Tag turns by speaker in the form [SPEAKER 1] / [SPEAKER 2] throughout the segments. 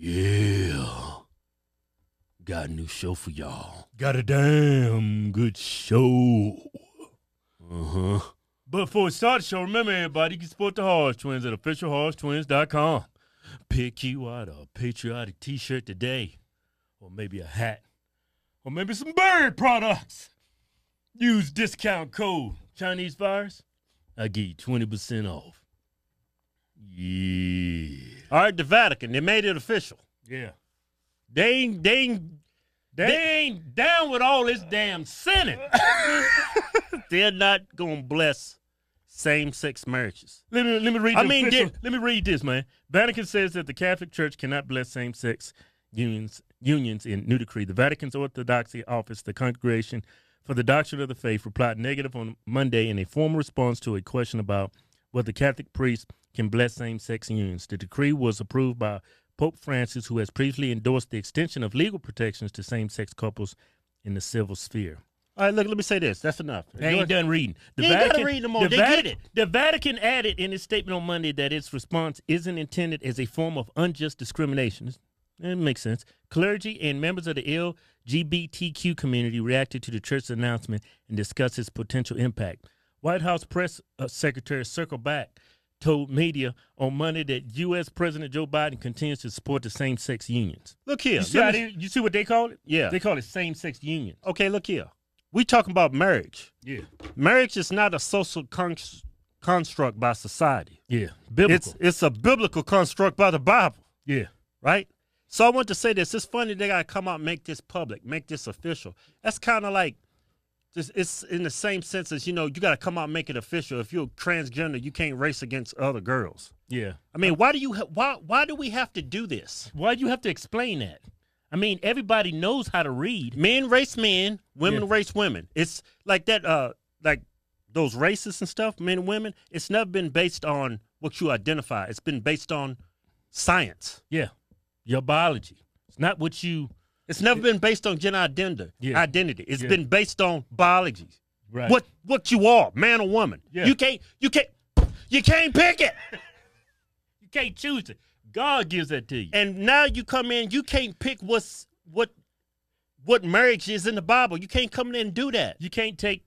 [SPEAKER 1] Yeah. Got a new show for y'all.
[SPEAKER 2] Got a damn good show.
[SPEAKER 1] Uh huh.
[SPEAKER 2] But for a start show, remember everybody, you can support the Horse Twins at officialhorsetwins.com. Pick you out a patriotic t-shirt today, or maybe a hat, or maybe some bird products. Use discount code Chinese Virus. I give you 20% off.
[SPEAKER 1] Yeah.
[SPEAKER 3] All right, the Vatican, they made it official.
[SPEAKER 2] Yeah.
[SPEAKER 3] They ain't, they ain't,
[SPEAKER 2] They,
[SPEAKER 3] They-
[SPEAKER 2] ain't down with all this damn sinning.
[SPEAKER 3] they're not going to bless same-sex marriages.
[SPEAKER 2] Let me let me read. The
[SPEAKER 3] I mean,
[SPEAKER 2] official-
[SPEAKER 3] did- let me read this, man. Vatican says that the Catholic Church cannot bless same-sex unions unions in new decree. The Vatican's Orthodoxy Office, the Congregation for the Doctrine of the Faith, replied negative on Monday in a formal response to a question about whether Catholic priests can bless same-sex unions. The decree was approved by Pope Francis, who has previously endorsed the extension of legal protections to same-sex couples in the civil sphere. All right, look, let me say this. That's enough.
[SPEAKER 2] They ain't done reading.
[SPEAKER 3] The
[SPEAKER 2] They ain't gotta
[SPEAKER 3] Vatican,
[SPEAKER 2] read no more.
[SPEAKER 3] The
[SPEAKER 2] They get
[SPEAKER 3] Vatican- The Vatican added in its statement on Monday that its response isn't intended as a form of unjust discrimination. That makes sense. Clergy and members of the LGBTQ community reacted to the church's announcement and discussed its potential impact. White House Press uh, Secretary Circle Back told media on Monday that U.S. President Joe Biden continues to support the same-sex unions. Look here.
[SPEAKER 2] You see,
[SPEAKER 3] let
[SPEAKER 2] how
[SPEAKER 3] me-
[SPEAKER 2] they- you see what they call it?
[SPEAKER 3] yeah.
[SPEAKER 2] They call it same-sex union.
[SPEAKER 3] okay, look here. We talking about marriage.
[SPEAKER 2] Yeah.
[SPEAKER 3] Marriage is not a social con- construct by society.
[SPEAKER 2] Yeah. Biblical.
[SPEAKER 3] It's it's a biblical construct by the Bible,
[SPEAKER 2] yeah.
[SPEAKER 3] right? So I want to say this. It's funny they gotta come out and make this public, make this official. That's kind of like just it's in the same sense as you know you gotta come out and make it official. If you're transgender, you can't race against other girls.
[SPEAKER 2] Yeah.
[SPEAKER 3] I mean, why do you ha- why why do we have to do this?
[SPEAKER 2] Why do you have to explain that? I mean, everybody knows how to read.
[SPEAKER 3] Men race men, women
[SPEAKER 2] Yeah.
[SPEAKER 3] race women. It's like that, uh, like those races and stuff, men and women. It's never been based on what you identify. It's been based on science.
[SPEAKER 2] Yeah. Your biology. It's not what you
[SPEAKER 3] It's never been based on gender identity.
[SPEAKER 2] Yeah.
[SPEAKER 3] Identity. It's
[SPEAKER 2] Yeah.
[SPEAKER 3] been based on biology.
[SPEAKER 2] right.
[SPEAKER 3] What what you are, man or woman.
[SPEAKER 2] Yeah.
[SPEAKER 3] You can't you can't you can't pick it.
[SPEAKER 2] you can't choose it. God gives that to you.
[SPEAKER 3] And now you come in, you can't pick what's what what marriage is in the Bible. You can't come in and do that.
[SPEAKER 2] you can't take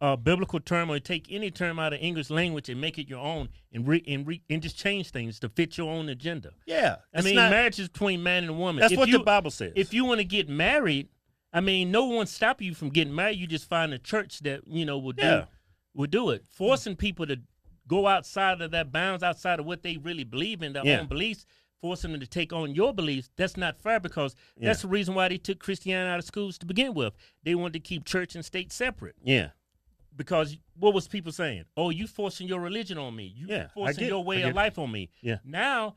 [SPEAKER 2] a biblical term or take any term out of English language and make it your own and re, and, re, and just change things to fit your own agenda.
[SPEAKER 3] Yeah.
[SPEAKER 2] I
[SPEAKER 3] it's
[SPEAKER 2] mean,
[SPEAKER 3] not-
[SPEAKER 2] marriage is between man and woman.
[SPEAKER 3] that's
[SPEAKER 2] If
[SPEAKER 3] what
[SPEAKER 2] you-
[SPEAKER 3] the Bible says.
[SPEAKER 2] If you want to get married, I mean, no one stopping you from getting married. You just find a church that you know will do
[SPEAKER 3] Yeah.
[SPEAKER 2] will do it. Forcing people to go outside of that bounds, outside of what they really believe in, their
[SPEAKER 3] Yeah.
[SPEAKER 2] own beliefs. Forcing them to take on your beliefs, that's not fair because that's the reason why they took Christianity out of schools to begin with. They wanted to keep church and state separate
[SPEAKER 3] Yeah.
[SPEAKER 2] because what was people saying? Oh, you forcing your religion on me. You
[SPEAKER 3] Yeah, I
[SPEAKER 2] forcing
[SPEAKER 3] get it.
[SPEAKER 2] your
[SPEAKER 3] I
[SPEAKER 2] way
[SPEAKER 3] get
[SPEAKER 2] of
[SPEAKER 3] it.
[SPEAKER 2] life on me.
[SPEAKER 3] Yeah.
[SPEAKER 2] Now,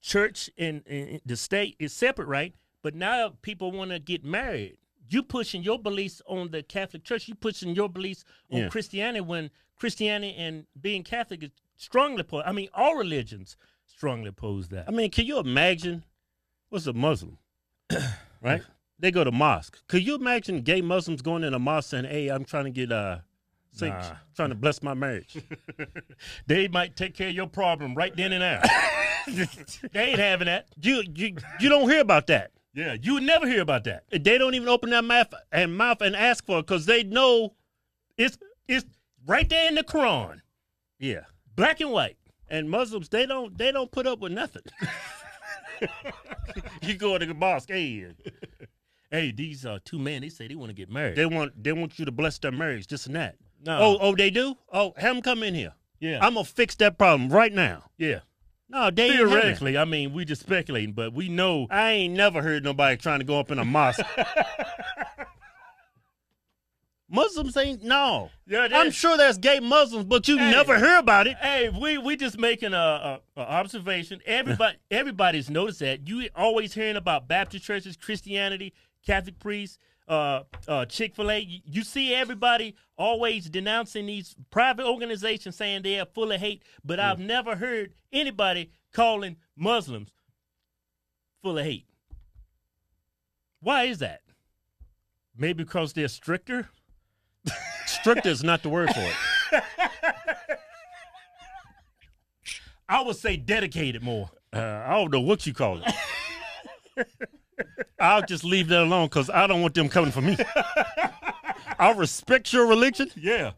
[SPEAKER 2] church and, and the state is separate, right? But now people want to get married. You pushing your beliefs on the Catholic Church. You pushing your beliefs on
[SPEAKER 3] Yeah.
[SPEAKER 2] Christianity when Christianity and being Catholic is strongly opposed. I mean, all religions strongly oppose that.
[SPEAKER 3] I mean, can you imagine? What's a Muslim? right? They go to mosque. Could you imagine gay Muslims going in a mosque saying, "Hey, I'm trying to get uh, saint,
[SPEAKER 2] Nah.
[SPEAKER 3] trying to bless my marriage."
[SPEAKER 2] they might take care of your problem right then and there. they ain't having that.
[SPEAKER 3] you you you don't hear about that.
[SPEAKER 2] Yeah, you would never hear about that.
[SPEAKER 3] They don't even open their mouth and mouth and ask for it because they know.
[SPEAKER 2] It's it's right there in the Quran.
[SPEAKER 3] Yeah.
[SPEAKER 2] black and white.
[SPEAKER 3] And Muslims, they don't they don't put up with nothing. you go to the mosque, hey,
[SPEAKER 2] Hey, these are two men. They say they want to get married.
[SPEAKER 3] they want they want you to bless their marriage, this and that.
[SPEAKER 2] no.
[SPEAKER 3] Oh, oh, they do. Oh, have them come in here.
[SPEAKER 2] yeah,
[SPEAKER 3] I'm gonna fix that problem right now.
[SPEAKER 2] yeah.
[SPEAKER 3] No, they ain't having it.
[SPEAKER 2] Theoretically, I mean, we just speculating, but we know.
[SPEAKER 3] I ain't never heard nobody trying to go up in a mosque. Muslims ain't no.
[SPEAKER 2] Yeah,
[SPEAKER 3] I'm sure there's gay Muslims, but you
[SPEAKER 2] Hey.
[SPEAKER 3] never hear about it.
[SPEAKER 2] Hey, we we just making a, a, a observation. Everybody everybody's noticed that. You always hearing about Baptist churches, Christianity, Catholic priests, uh, uh, Chick Fil A. You, you see everybody always denouncing these private organizations, saying they are full of hate. But I've never heard anybody calling Muslims full of hate. Why is that? Maybe because they're stricter.
[SPEAKER 3] Stricter is not the word for it.
[SPEAKER 2] I would say dedicated more.
[SPEAKER 3] Uh, I don't know what you call it.
[SPEAKER 2] I'll just leave that alone because I don't want them coming for me. I respect your religion
[SPEAKER 4] Yeah.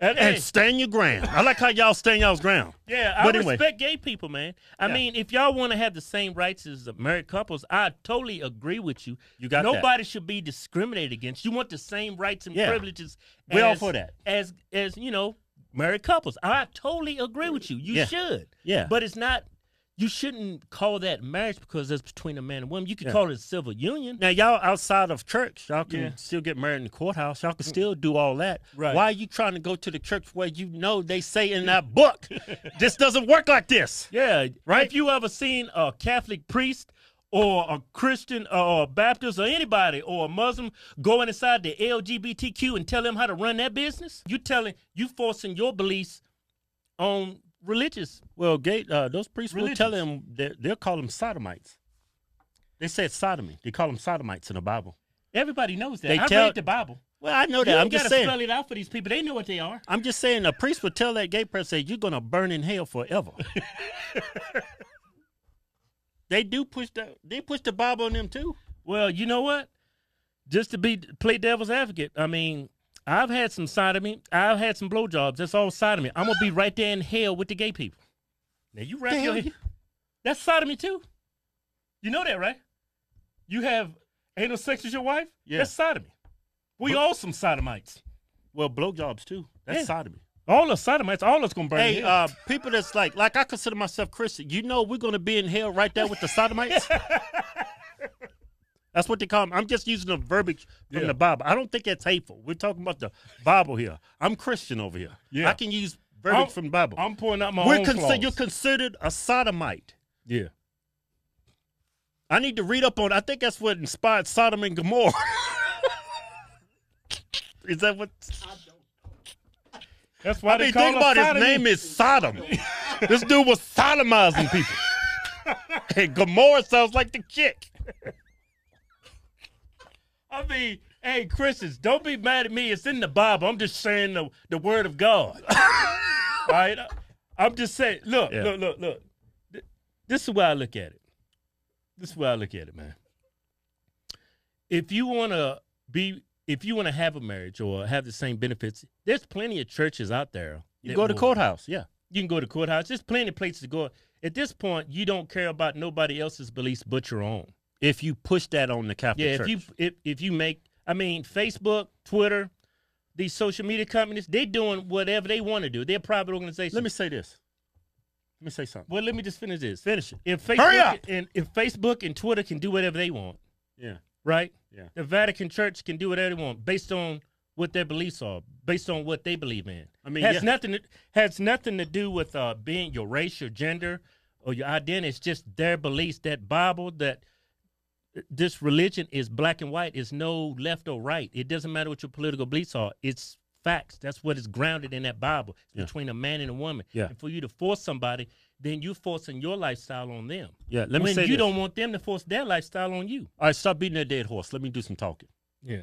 [SPEAKER 3] And,
[SPEAKER 2] and
[SPEAKER 3] hey,
[SPEAKER 2] stand your ground. I like how y'all stand y'all's ground.
[SPEAKER 3] yeah, I
[SPEAKER 2] but anyway.
[SPEAKER 3] respect gay people, man. I
[SPEAKER 2] Yeah.
[SPEAKER 3] mean, if y'all want to have the same rights as married couples, I totally agree with you.
[SPEAKER 2] You got that.
[SPEAKER 3] Nobody should be discriminated against. You want the same rights and
[SPEAKER 2] Yeah.
[SPEAKER 3] privileges.
[SPEAKER 2] We all
[SPEAKER 3] as-
[SPEAKER 2] for that.
[SPEAKER 3] As as you know, married couples. I totally agree with you. You
[SPEAKER 2] Yeah.
[SPEAKER 3] should.
[SPEAKER 2] Yeah.
[SPEAKER 3] But it's not. You shouldn't call that marriage because that's between a man and woman. You could
[SPEAKER 2] Yeah.
[SPEAKER 3] call it a civil union.
[SPEAKER 2] Now y'all outside of church, y'all can
[SPEAKER 4] Yeah.
[SPEAKER 2] still get married in the courthouse. Y'all can still do all that.
[SPEAKER 4] Right.
[SPEAKER 2] Why are you trying to go to the church where you know they say in that book, this doesn't work like this?
[SPEAKER 3] Yeah,
[SPEAKER 2] Right?
[SPEAKER 3] If you ever seen a Catholic priest or a Christian uh, or a Baptist or anybody or a Muslim going inside the LGBTQ and tell them how to run that business, you telling you forcing your beliefs on religious.
[SPEAKER 2] Well, gay, uh, those priests will tell them
[SPEAKER 3] Religions.
[SPEAKER 2] they're- they'll call them sodomites. They said sodomy. They call them sodomites in the Bible.
[SPEAKER 3] Everybody knows that.
[SPEAKER 2] They
[SPEAKER 3] I
[SPEAKER 2] tell-
[SPEAKER 3] read the Bible.
[SPEAKER 2] Well, I know that.
[SPEAKER 3] you
[SPEAKER 2] I'm
[SPEAKER 3] ain't
[SPEAKER 2] just
[SPEAKER 3] gotta
[SPEAKER 2] saying.
[SPEAKER 3] spell it out for these people. They know what they are.
[SPEAKER 2] I'm just saying. A priest would tell that gay person, "You're gonna burn in hell forever." they do push the they push the Bible on them too.
[SPEAKER 3] Well, you know what? Just to be play devil's advocate, I mean, I've had some sodomy. I've had some blowjobs. That's all sodomy. I'm gonna be right there in hell with the gay people. Now you wrap
[SPEAKER 2] Damn
[SPEAKER 3] your
[SPEAKER 2] you.
[SPEAKER 3] head. That's sodomy too. You know that, right? You have anal sex with your wife.
[SPEAKER 2] Yeah.
[SPEAKER 3] That's sodomy. We all some sodomites.
[SPEAKER 2] Well, blowjobs too. That's
[SPEAKER 3] Yeah.
[SPEAKER 2] sodomy.
[SPEAKER 3] All us sodomites. All us gonna burn.
[SPEAKER 2] Hey,
[SPEAKER 3] in hell.
[SPEAKER 2] uh, people that's like, like I consider myself Christian. You know, we're gonna be in hell right there with the sodomites. that's what they call them. I'm just using the verbiage from
[SPEAKER 4] Yeah.
[SPEAKER 2] the Bible. I don't think that's hateful. We're talking about the Bible here. I'm Christian over here.
[SPEAKER 4] Yeah.
[SPEAKER 2] I can use verbiage
[SPEAKER 3] I'm-
[SPEAKER 2] from the Bible.
[SPEAKER 3] I'm pouring out my
[SPEAKER 2] we're
[SPEAKER 3] own
[SPEAKER 2] consi-
[SPEAKER 3] flaws.
[SPEAKER 2] you're considered a sodomite.
[SPEAKER 4] Yeah.
[SPEAKER 2] I need to read up on. I think that's what inspired Sodom and Gomorrah. is that what?
[SPEAKER 3] That's why
[SPEAKER 2] I mean,
[SPEAKER 3] they call
[SPEAKER 2] think
[SPEAKER 3] us
[SPEAKER 2] about it.
[SPEAKER 3] sodomy.
[SPEAKER 2] His name is Sodom. this dude was sodomizing people. and Gomorrah sounds like the chick.
[SPEAKER 3] I mean, hey, Christians, don't be mad at me. It's in the Bible. I'm just saying the, the word of God. All right? I'm just saying, look,
[SPEAKER 2] Yeah.
[SPEAKER 3] look, look, look. Th- This is where I look at it. This is where I look at it, man. If you want to be, if you want to have a marriage or have the same benefits, there's plenty of churches out there.
[SPEAKER 2] You
[SPEAKER 3] that
[SPEAKER 2] go to
[SPEAKER 3] will-
[SPEAKER 2] courthouse, yeah.
[SPEAKER 3] You can go to courthouse. There's plenty of places to go. At this point, you don't care about nobody else's beliefs but your own.
[SPEAKER 2] If you push that on the Catholic
[SPEAKER 3] Yeah, if
[SPEAKER 2] Church.
[SPEAKER 3] you if, if you make, I mean, Facebook, Twitter, these social media companies, they doing whatever they want to do. They're private organizations.
[SPEAKER 2] Let me say this. Let me say something.
[SPEAKER 3] well, let me just finish this.
[SPEAKER 2] Finish it.
[SPEAKER 3] If Facebook
[SPEAKER 2] Hurry up!
[SPEAKER 3] and if Facebook and Twitter can do whatever they want,
[SPEAKER 2] Yeah.
[SPEAKER 3] right?
[SPEAKER 2] Yeah.
[SPEAKER 3] The Vatican Church can do whatever they want based on what their beliefs are, based on what they believe in.
[SPEAKER 2] I mean,
[SPEAKER 3] has
[SPEAKER 2] yeah.
[SPEAKER 3] nothing to, has nothing to do with uh, being your race, your gender, or your identity. It's just their beliefs. That Bible, that uh, this religion is black and white. It's no left or right. It doesn't matter what your political beliefs are. It's facts. That's what is grounded in that Bible
[SPEAKER 2] Yeah.
[SPEAKER 3] between a man and a woman.
[SPEAKER 2] Yeah.
[SPEAKER 3] And for you to force somebody, then you're forcing your lifestyle on them.
[SPEAKER 2] Yeah. Let me
[SPEAKER 3] when
[SPEAKER 2] say
[SPEAKER 3] you
[SPEAKER 2] this.
[SPEAKER 3] don't want them to force their lifestyle on you.
[SPEAKER 2] All right, stop beating that dead horse. Let me do some talking.
[SPEAKER 3] Yeah.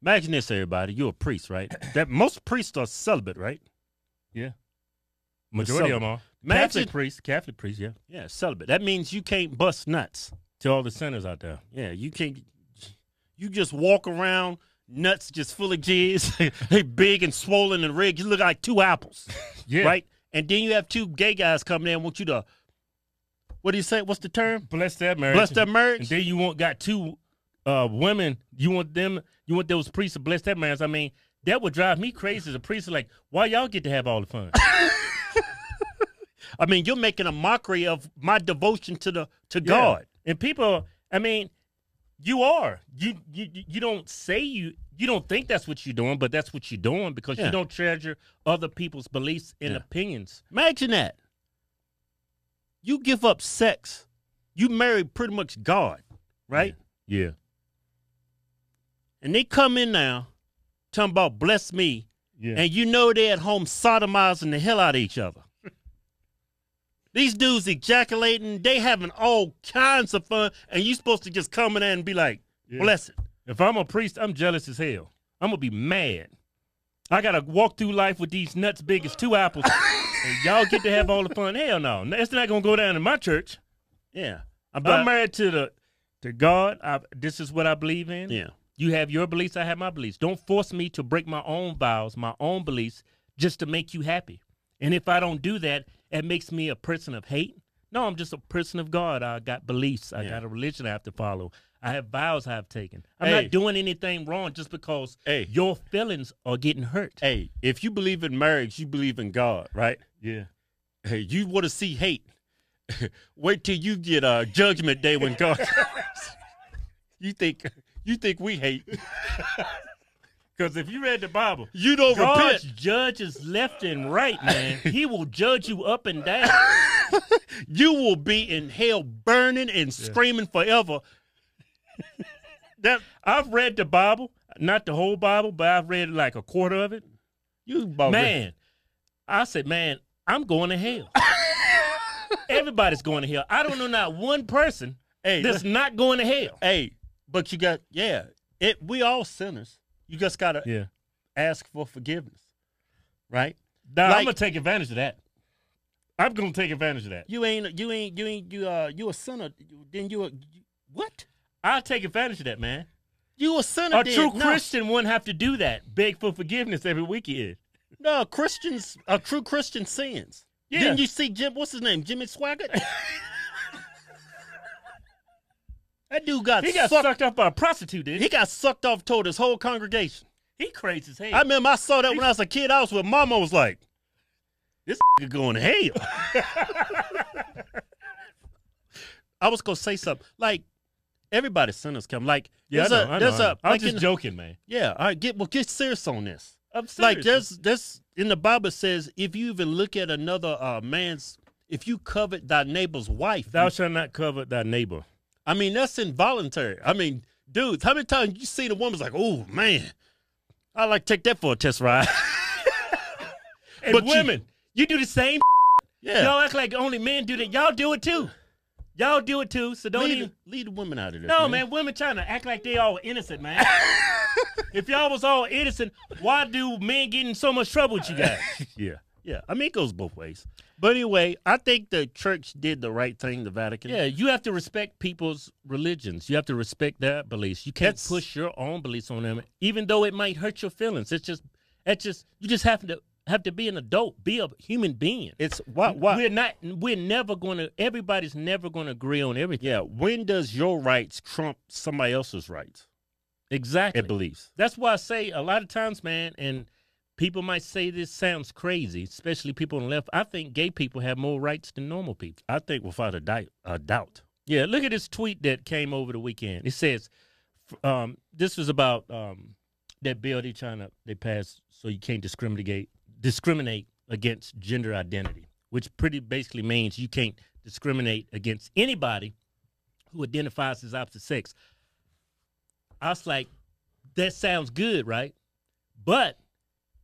[SPEAKER 2] Imagine this, everybody. You're a priest, right? that most priests are celibate, right?
[SPEAKER 3] Yeah.
[SPEAKER 2] Majority of them
[SPEAKER 3] are.
[SPEAKER 2] Imagine-
[SPEAKER 3] Catholic priests, Catholic priests, yeah.
[SPEAKER 2] Yeah, celibate. That means you can't bust nuts.
[SPEAKER 3] To all the sinners out there.
[SPEAKER 2] Yeah, you can't. You just walk around, nuts just full of jizz. they big and swollen and red. You look like two apples,
[SPEAKER 3] Yeah.
[SPEAKER 2] right? And then you have two gay guys come in and want you to. What do you say? What's the term?
[SPEAKER 3] Bless that marriage.
[SPEAKER 2] Bless that
[SPEAKER 3] And
[SPEAKER 2] marriage.
[SPEAKER 3] then you want got two uh, women. You want them. You want those priests to bless that marriage. I mean, that would drive me crazy. as a priest like, why y'all get to have all the fun?
[SPEAKER 2] I mean, you're making a mockery of my devotion to the to God.
[SPEAKER 3] Yeah. And people, I mean, you are. You you you don't say you you don't think that's what you're doing, but that's what you're doing because
[SPEAKER 2] Yeah.
[SPEAKER 3] you don't treasure other people's beliefs and
[SPEAKER 2] Yeah.
[SPEAKER 3] opinions.
[SPEAKER 2] Imagine that. You give up sex. You marry pretty much God, right?
[SPEAKER 3] Yeah.
[SPEAKER 2] And they come in now, talking about bless me,
[SPEAKER 3] Yeah.
[SPEAKER 2] and you know they at home sodomizing the hell out of each other. These dudes ejaculating, they having all kinds of fun, and you supposed to just come in there and be like,
[SPEAKER 4] Yeah.
[SPEAKER 2] bless it.
[SPEAKER 3] If I'm a priest, I'm jealous as hell. I'm gonna be mad. I gotta walk through life with these nuts big as two apples, and y'all get to have all the fun. Hell no, that's not gonna go down in my church.
[SPEAKER 2] Yeah. I But-
[SPEAKER 3] I'm married to the to God. I, this is what I believe in.
[SPEAKER 2] Yeah.
[SPEAKER 3] You have your beliefs. I have my beliefs. Don't force me to break my own vows, my own beliefs, just to make you happy. And if I don't do that, it makes me a person of hate. No, I'm just a person of God. I got beliefs. I
[SPEAKER 2] Yeah.
[SPEAKER 3] got a religion I have to follow. I have vows I have taken. I'm
[SPEAKER 2] Hey.
[SPEAKER 3] not doing anything wrong just because
[SPEAKER 2] Hey.
[SPEAKER 3] your feelings are getting hurt.
[SPEAKER 2] Hey, if you believe in marriage, you believe in God, right?
[SPEAKER 3] Yeah.
[SPEAKER 2] Hey, you want to see hate. Wait till you get uh, judgment day when God comes. you think you think we hate.
[SPEAKER 3] Because if you read the Bible,
[SPEAKER 2] You don't
[SPEAKER 3] God
[SPEAKER 2] repent.
[SPEAKER 3] judges left and right, man. he will judge you up and down.
[SPEAKER 2] You will be in hell burning and screaming forever.
[SPEAKER 3] That I've read the Bible, not the whole Bible, but I've read like a quarter of it.
[SPEAKER 2] You
[SPEAKER 3] Oh,
[SPEAKER 2] about ready-
[SPEAKER 3] Man, I said, man, I'm going to hell. Everybody's going to hell. I don't know not one person
[SPEAKER 2] Hey,
[SPEAKER 3] that's not going to hell.
[SPEAKER 2] hey, but you got yeah. It we all sinners. You just gotta
[SPEAKER 3] Yeah.
[SPEAKER 2] ask for forgiveness, right?
[SPEAKER 3] I'm
[SPEAKER 2] Like-
[SPEAKER 3] gonna take advantage of that. I'm gonna take advantage of that.
[SPEAKER 2] You ain't you ain't you ain't you uh you a sinner. Then you a you, what?
[SPEAKER 3] I'll take advantage of that, man.
[SPEAKER 2] You a sinner?
[SPEAKER 3] A
[SPEAKER 2] then.
[SPEAKER 3] true
[SPEAKER 2] No.
[SPEAKER 3] Christian wouldn't have to do that. Beg for forgiveness every weekend.
[SPEAKER 2] No, Christians, a true Christian sins.
[SPEAKER 3] Yeah.
[SPEAKER 2] Didn't you see Jim? What's his name? Jimmy Swaggart. that dude got,
[SPEAKER 3] He got
[SPEAKER 2] sucked.
[SPEAKER 3] sucked up by a prostitute, did
[SPEAKER 2] He
[SPEAKER 3] he?
[SPEAKER 2] got sucked off, told his whole congregation.
[SPEAKER 3] He crazy as hell.
[SPEAKER 2] I remember I saw that when I was a kid. I was with Mama. Was like, this nigga going to hell. I was gonna say something like, everybody sinners come. Like,
[SPEAKER 3] yeah, I
[SPEAKER 2] there's
[SPEAKER 3] know,
[SPEAKER 2] a-
[SPEAKER 3] I know,
[SPEAKER 2] there's
[SPEAKER 3] I know.
[SPEAKER 2] a-
[SPEAKER 3] I'm
[SPEAKER 2] like
[SPEAKER 3] just
[SPEAKER 2] in-
[SPEAKER 3] joking, man.
[SPEAKER 2] yeah. All right, get well, get serious on this.
[SPEAKER 3] I'm
[SPEAKER 2] like
[SPEAKER 3] serious.
[SPEAKER 2] there's there's in the Bible says if you even look at another uh, man's if you covet thy neighbor's wife,
[SPEAKER 3] thou shalt not covet thy neighbor.
[SPEAKER 2] I mean that's involuntary. I mean, dudes, how many times you seen a woman's like, oh man, I like to take that for a test ride.
[SPEAKER 3] And
[SPEAKER 2] But you-
[SPEAKER 3] women, you, do the same.
[SPEAKER 2] yeah,
[SPEAKER 3] Y'all act like only men do that. Y'all do it too. Y'all do it too. So don't
[SPEAKER 2] lead,
[SPEAKER 3] even.
[SPEAKER 2] lead the women out of this.
[SPEAKER 3] No, man. Women trying to act like they all innocent, man. if y'all was all innocent, why do men get in so much trouble with you guys?
[SPEAKER 2] Yeah, yeah. I mean it goes both ways. But anyway, I think the church did the right thing. The Vatican.
[SPEAKER 3] Yeah, you have to respect people's religions. You have to respect their beliefs. You can't
[SPEAKER 2] That's-
[SPEAKER 3] push your own beliefs on them, even though it might hurt your feelings. It's just, it's just you just have to have to be an adult, be a human being.
[SPEAKER 2] It's why why
[SPEAKER 3] We're not. We're never going to. Everybody's never going to agree on everything.
[SPEAKER 2] yeah. When does your rights trump somebody else's rights
[SPEAKER 3] Exactly.
[SPEAKER 2] and beliefs?
[SPEAKER 3] That's why I say a lot of times, man, and people might say this sounds crazy, especially people on the left. I think gay people have more rights than normal people.
[SPEAKER 2] I think without a, di- a doubt.
[SPEAKER 3] Yeah, look at this tweet that came over the weekend. It says, f- um, "This was about um, that bill they trying to they passed, so you can't discriminate discriminate against gender identity, which pretty basically means you can't discriminate against anybody who identifies as opposite sex." I was like, "That sounds good, right?" But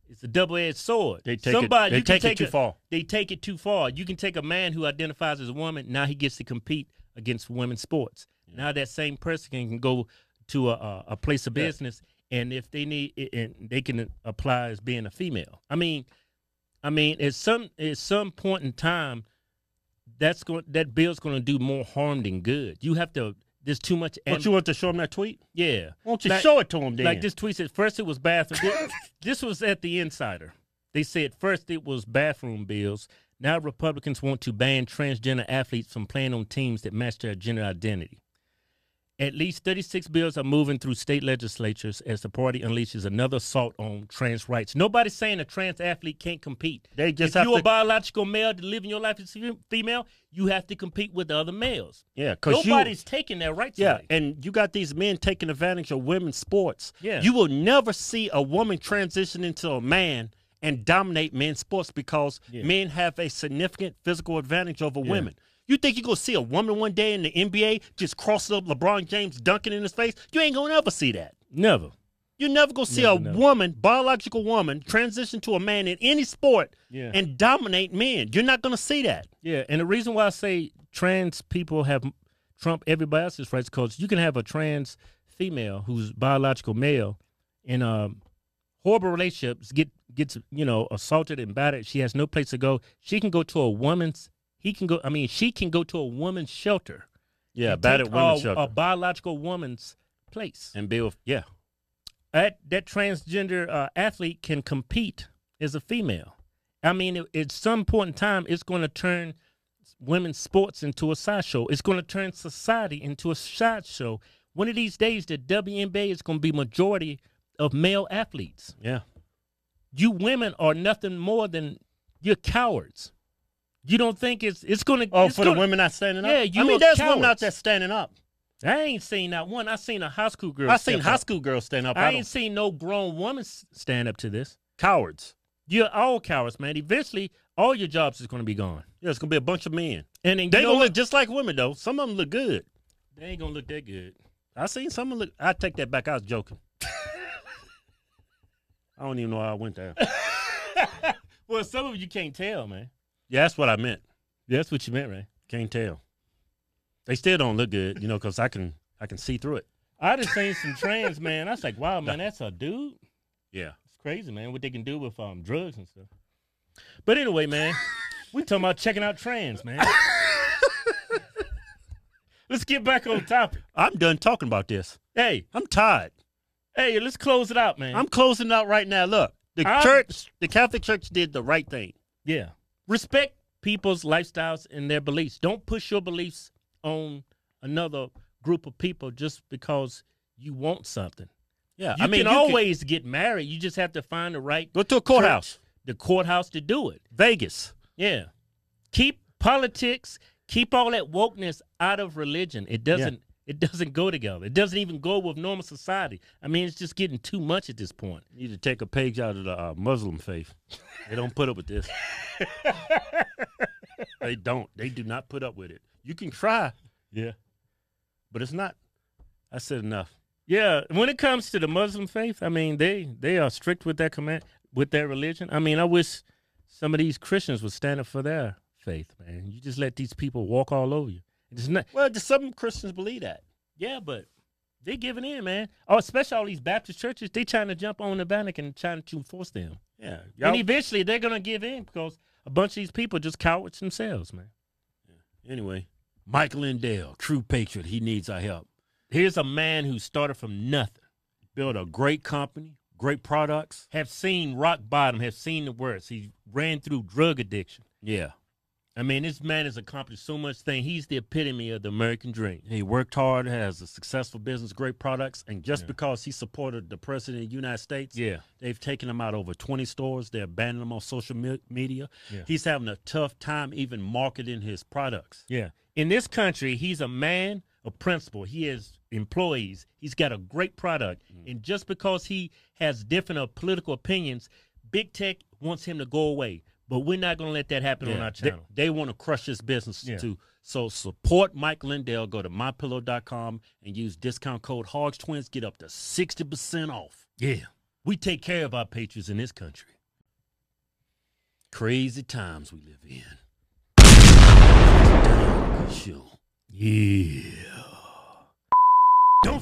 [SPEAKER 3] it's a double-edged sword.
[SPEAKER 2] They take
[SPEAKER 3] Somebody
[SPEAKER 2] it. They
[SPEAKER 3] you can
[SPEAKER 2] take, it too
[SPEAKER 3] a-
[SPEAKER 2] far.
[SPEAKER 3] they take it too far. You can take a man who identifies as a woman, now he gets to compete against women's sports. Now that same person can, can go to a, a, a place of
[SPEAKER 2] Yeah.
[SPEAKER 3] business, and if they need, and they can apply as being a female. I mean, I mean, at some at some point in time, that's going that bill's going to do more harm than good. You have to. There's too much.
[SPEAKER 2] Don't you want to show him that tweet?
[SPEAKER 3] yeah.
[SPEAKER 2] Won't you
[SPEAKER 3] Like-
[SPEAKER 2] show it to him then?
[SPEAKER 3] Like this tweet said, first it was bathroom. this, this was at the Insider. They said first it was bathroom bills. Now Republicans want to ban transgender athletes from playing on teams that match their gender identity. At least 36 bills are moving through state legislatures as the party unleashes another assault on trans rights. Nobody's saying a trans athlete can't compete.
[SPEAKER 2] They just
[SPEAKER 3] if
[SPEAKER 2] have
[SPEAKER 3] you're a
[SPEAKER 2] to-
[SPEAKER 3] biological male to live in your life as a female, you have to compete with the other males.
[SPEAKER 2] yeah, because
[SPEAKER 3] Nobody's taking their rights
[SPEAKER 2] yeah,
[SPEAKER 3] away.
[SPEAKER 2] and you got these men taking advantage of women's sports.
[SPEAKER 3] Yeah.
[SPEAKER 2] you will never see a woman transition into a man and dominate men's sports because
[SPEAKER 3] Yeah.
[SPEAKER 2] men have a significant physical advantage over women. You think you're gonna see a woman one day in the NBA just crossing up LeBron James dunking in his face? You ain't gonna ever see that.
[SPEAKER 3] Never.
[SPEAKER 2] You're never gonna see
[SPEAKER 3] Never,
[SPEAKER 2] a
[SPEAKER 3] never.
[SPEAKER 2] woman, biological woman, transition to a man in any sport
[SPEAKER 3] Yeah.
[SPEAKER 2] and dominate men. You're not gonna see that.
[SPEAKER 3] Yeah, and the reason why I say trans people have trump everybody else's rights because you can have a trans female who's biological male in um, horrible relationships get gets you know assaulted and battered. She has no place to go. She can go to a woman's. He can go. I mean, she can go to a woman's shelter
[SPEAKER 2] Yeah,
[SPEAKER 3] and
[SPEAKER 2] battered
[SPEAKER 3] take
[SPEAKER 2] women
[SPEAKER 3] a-
[SPEAKER 2] shelter.
[SPEAKER 3] a, biological woman's place.
[SPEAKER 2] and build. Yeah,
[SPEAKER 3] That that transgender uh, athlete can compete as a female. I mean, it- at some point in time, it's going to turn women's sports into a sideshow. It's going to turn society into a sideshow. One of these days, the WNBA is going to be majority of male athletes.
[SPEAKER 2] yeah.
[SPEAKER 3] you women are nothing more than you're cowards. You don't think it's it's gonna
[SPEAKER 2] Oh,
[SPEAKER 3] it's
[SPEAKER 2] for
[SPEAKER 3] gonna,
[SPEAKER 2] the women not standing up.
[SPEAKER 3] Yeah, you
[SPEAKER 2] I mean,
[SPEAKER 3] are
[SPEAKER 2] there's women out
[SPEAKER 3] cowards.
[SPEAKER 2] there standing up.
[SPEAKER 3] I ain't seen not one. I seen a high school girl.
[SPEAKER 2] I seen
[SPEAKER 3] step
[SPEAKER 2] high
[SPEAKER 3] up.
[SPEAKER 2] school girls stand up. I,
[SPEAKER 3] I
[SPEAKER 2] don't,
[SPEAKER 3] ain't seen no grown woman s- stand up to this.
[SPEAKER 2] cowards.
[SPEAKER 3] You're all cowards, man. Eventually, all your jobs is gonna be gone.
[SPEAKER 2] Yeah, it's gonna be a bunch of men.
[SPEAKER 3] And then you
[SPEAKER 2] They
[SPEAKER 3] know
[SPEAKER 2] gonna
[SPEAKER 3] what?
[SPEAKER 2] look just like women though. Some of them look good.
[SPEAKER 3] they ain't gonna look that good.
[SPEAKER 2] I seen some of them look. I take that back. I was joking. I don't even know how I went there.
[SPEAKER 3] Well, some of you can't tell, man.
[SPEAKER 2] Yeah, that's what I meant.
[SPEAKER 3] That's what you meant, man.
[SPEAKER 2] Can't tell. They still don't look good, you know, because I can I can see through it.
[SPEAKER 3] I just seen some trans man. I was like, wow, man, that's a dude.
[SPEAKER 2] Yeah.
[SPEAKER 3] It's crazy, man, what they can do with um drugs and stuff. But anyway, man, we talking about checking out trans, man. let's get back on topic.
[SPEAKER 2] I'm done talking about this.
[SPEAKER 3] Hey,
[SPEAKER 2] I'm tired.
[SPEAKER 3] hey, let's close it out, man.
[SPEAKER 2] I'm closing out right now. Look, the
[SPEAKER 3] I'm-
[SPEAKER 2] church, the Catholic Church did the right thing.
[SPEAKER 3] yeah. Respect people's lifestyles and their beliefs. Don't push your beliefs on another group of people just because you want something.
[SPEAKER 2] Yeah.
[SPEAKER 3] You
[SPEAKER 2] I mean,
[SPEAKER 3] can
[SPEAKER 2] you
[SPEAKER 3] always get married. You just have to find the right
[SPEAKER 2] go to a courthouse,
[SPEAKER 3] the courthouse to do it.
[SPEAKER 2] Vegas.
[SPEAKER 3] Yeah. Keep politics, keep all that wokeness out of religion. It doesn't it doesn't go together. It doesn't even go with normal society. I mean, it's just getting too much at this point.
[SPEAKER 2] You need to take a page out of the uh, Muslim faith. They don't put up with this. they don't. They do not put up with it. You can try. Yeah. But it's not. I said enough.
[SPEAKER 3] Yeah, when it comes to the Muslim faith, I mean, they they are strict with their command with their religion. I mean, I wish some of these Christians would stand up for their faith, man. You just let these people walk all over you. It's not
[SPEAKER 2] Well, just some Christians believe that.
[SPEAKER 3] Yeah, but they're giving in, man. Oh, especially all these Baptist churches, they trying to jump on the Vatican and trying to force them.
[SPEAKER 2] Yeah.
[SPEAKER 3] And eventually they're gonna give in because a bunch of these people just cowards themselves, man.
[SPEAKER 2] Anyway, Michael Lindell, true patriot. He needs our help.
[SPEAKER 3] Here's a man who started from nothing,
[SPEAKER 2] Built a great company, great products.
[SPEAKER 3] have seen rock bottom, have seen the worst. He ran through drug addiction.
[SPEAKER 2] Yeah.
[SPEAKER 3] I mean, this man has accomplished so much thing. He's the epitome of the American dream.
[SPEAKER 2] He worked hard, has a successful business, great products, and just
[SPEAKER 3] Yeah.
[SPEAKER 2] because he supported the president of the United States,
[SPEAKER 3] Yeah.
[SPEAKER 2] they've taken him out over 20 stores. They're banning him on social me- media.
[SPEAKER 3] Yeah.
[SPEAKER 2] He's having a tough time even marketing his products.
[SPEAKER 3] Yeah. In this country, he's a man of principle. He has employees. He's got a great product.
[SPEAKER 2] Mm.
[SPEAKER 3] And just because he has different uh, political opinions, big tech wants him to go away. But we're not going to let that happen on
[SPEAKER 2] Yeah.
[SPEAKER 3] our
[SPEAKER 2] They-
[SPEAKER 3] channel.
[SPEAKER 2] They, want to crush his business
[SPEAKER 3] Yeah.
[SPEAKER 2] too. So support Mike Lindell. Go to mypillow.com and use discount code Hogs Twins. Get up to 60% off.
[SPEAKER 3] Yeah. We take care of our patriots in this country.
[SPEAKER 2] Crazy times we live in.
[SPEAKER 5] Sure.
[SPEAKER 2] Don't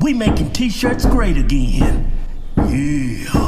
[SPEAKER 3] We making t-shirts great again.
[SPEAKER 5] Yeah.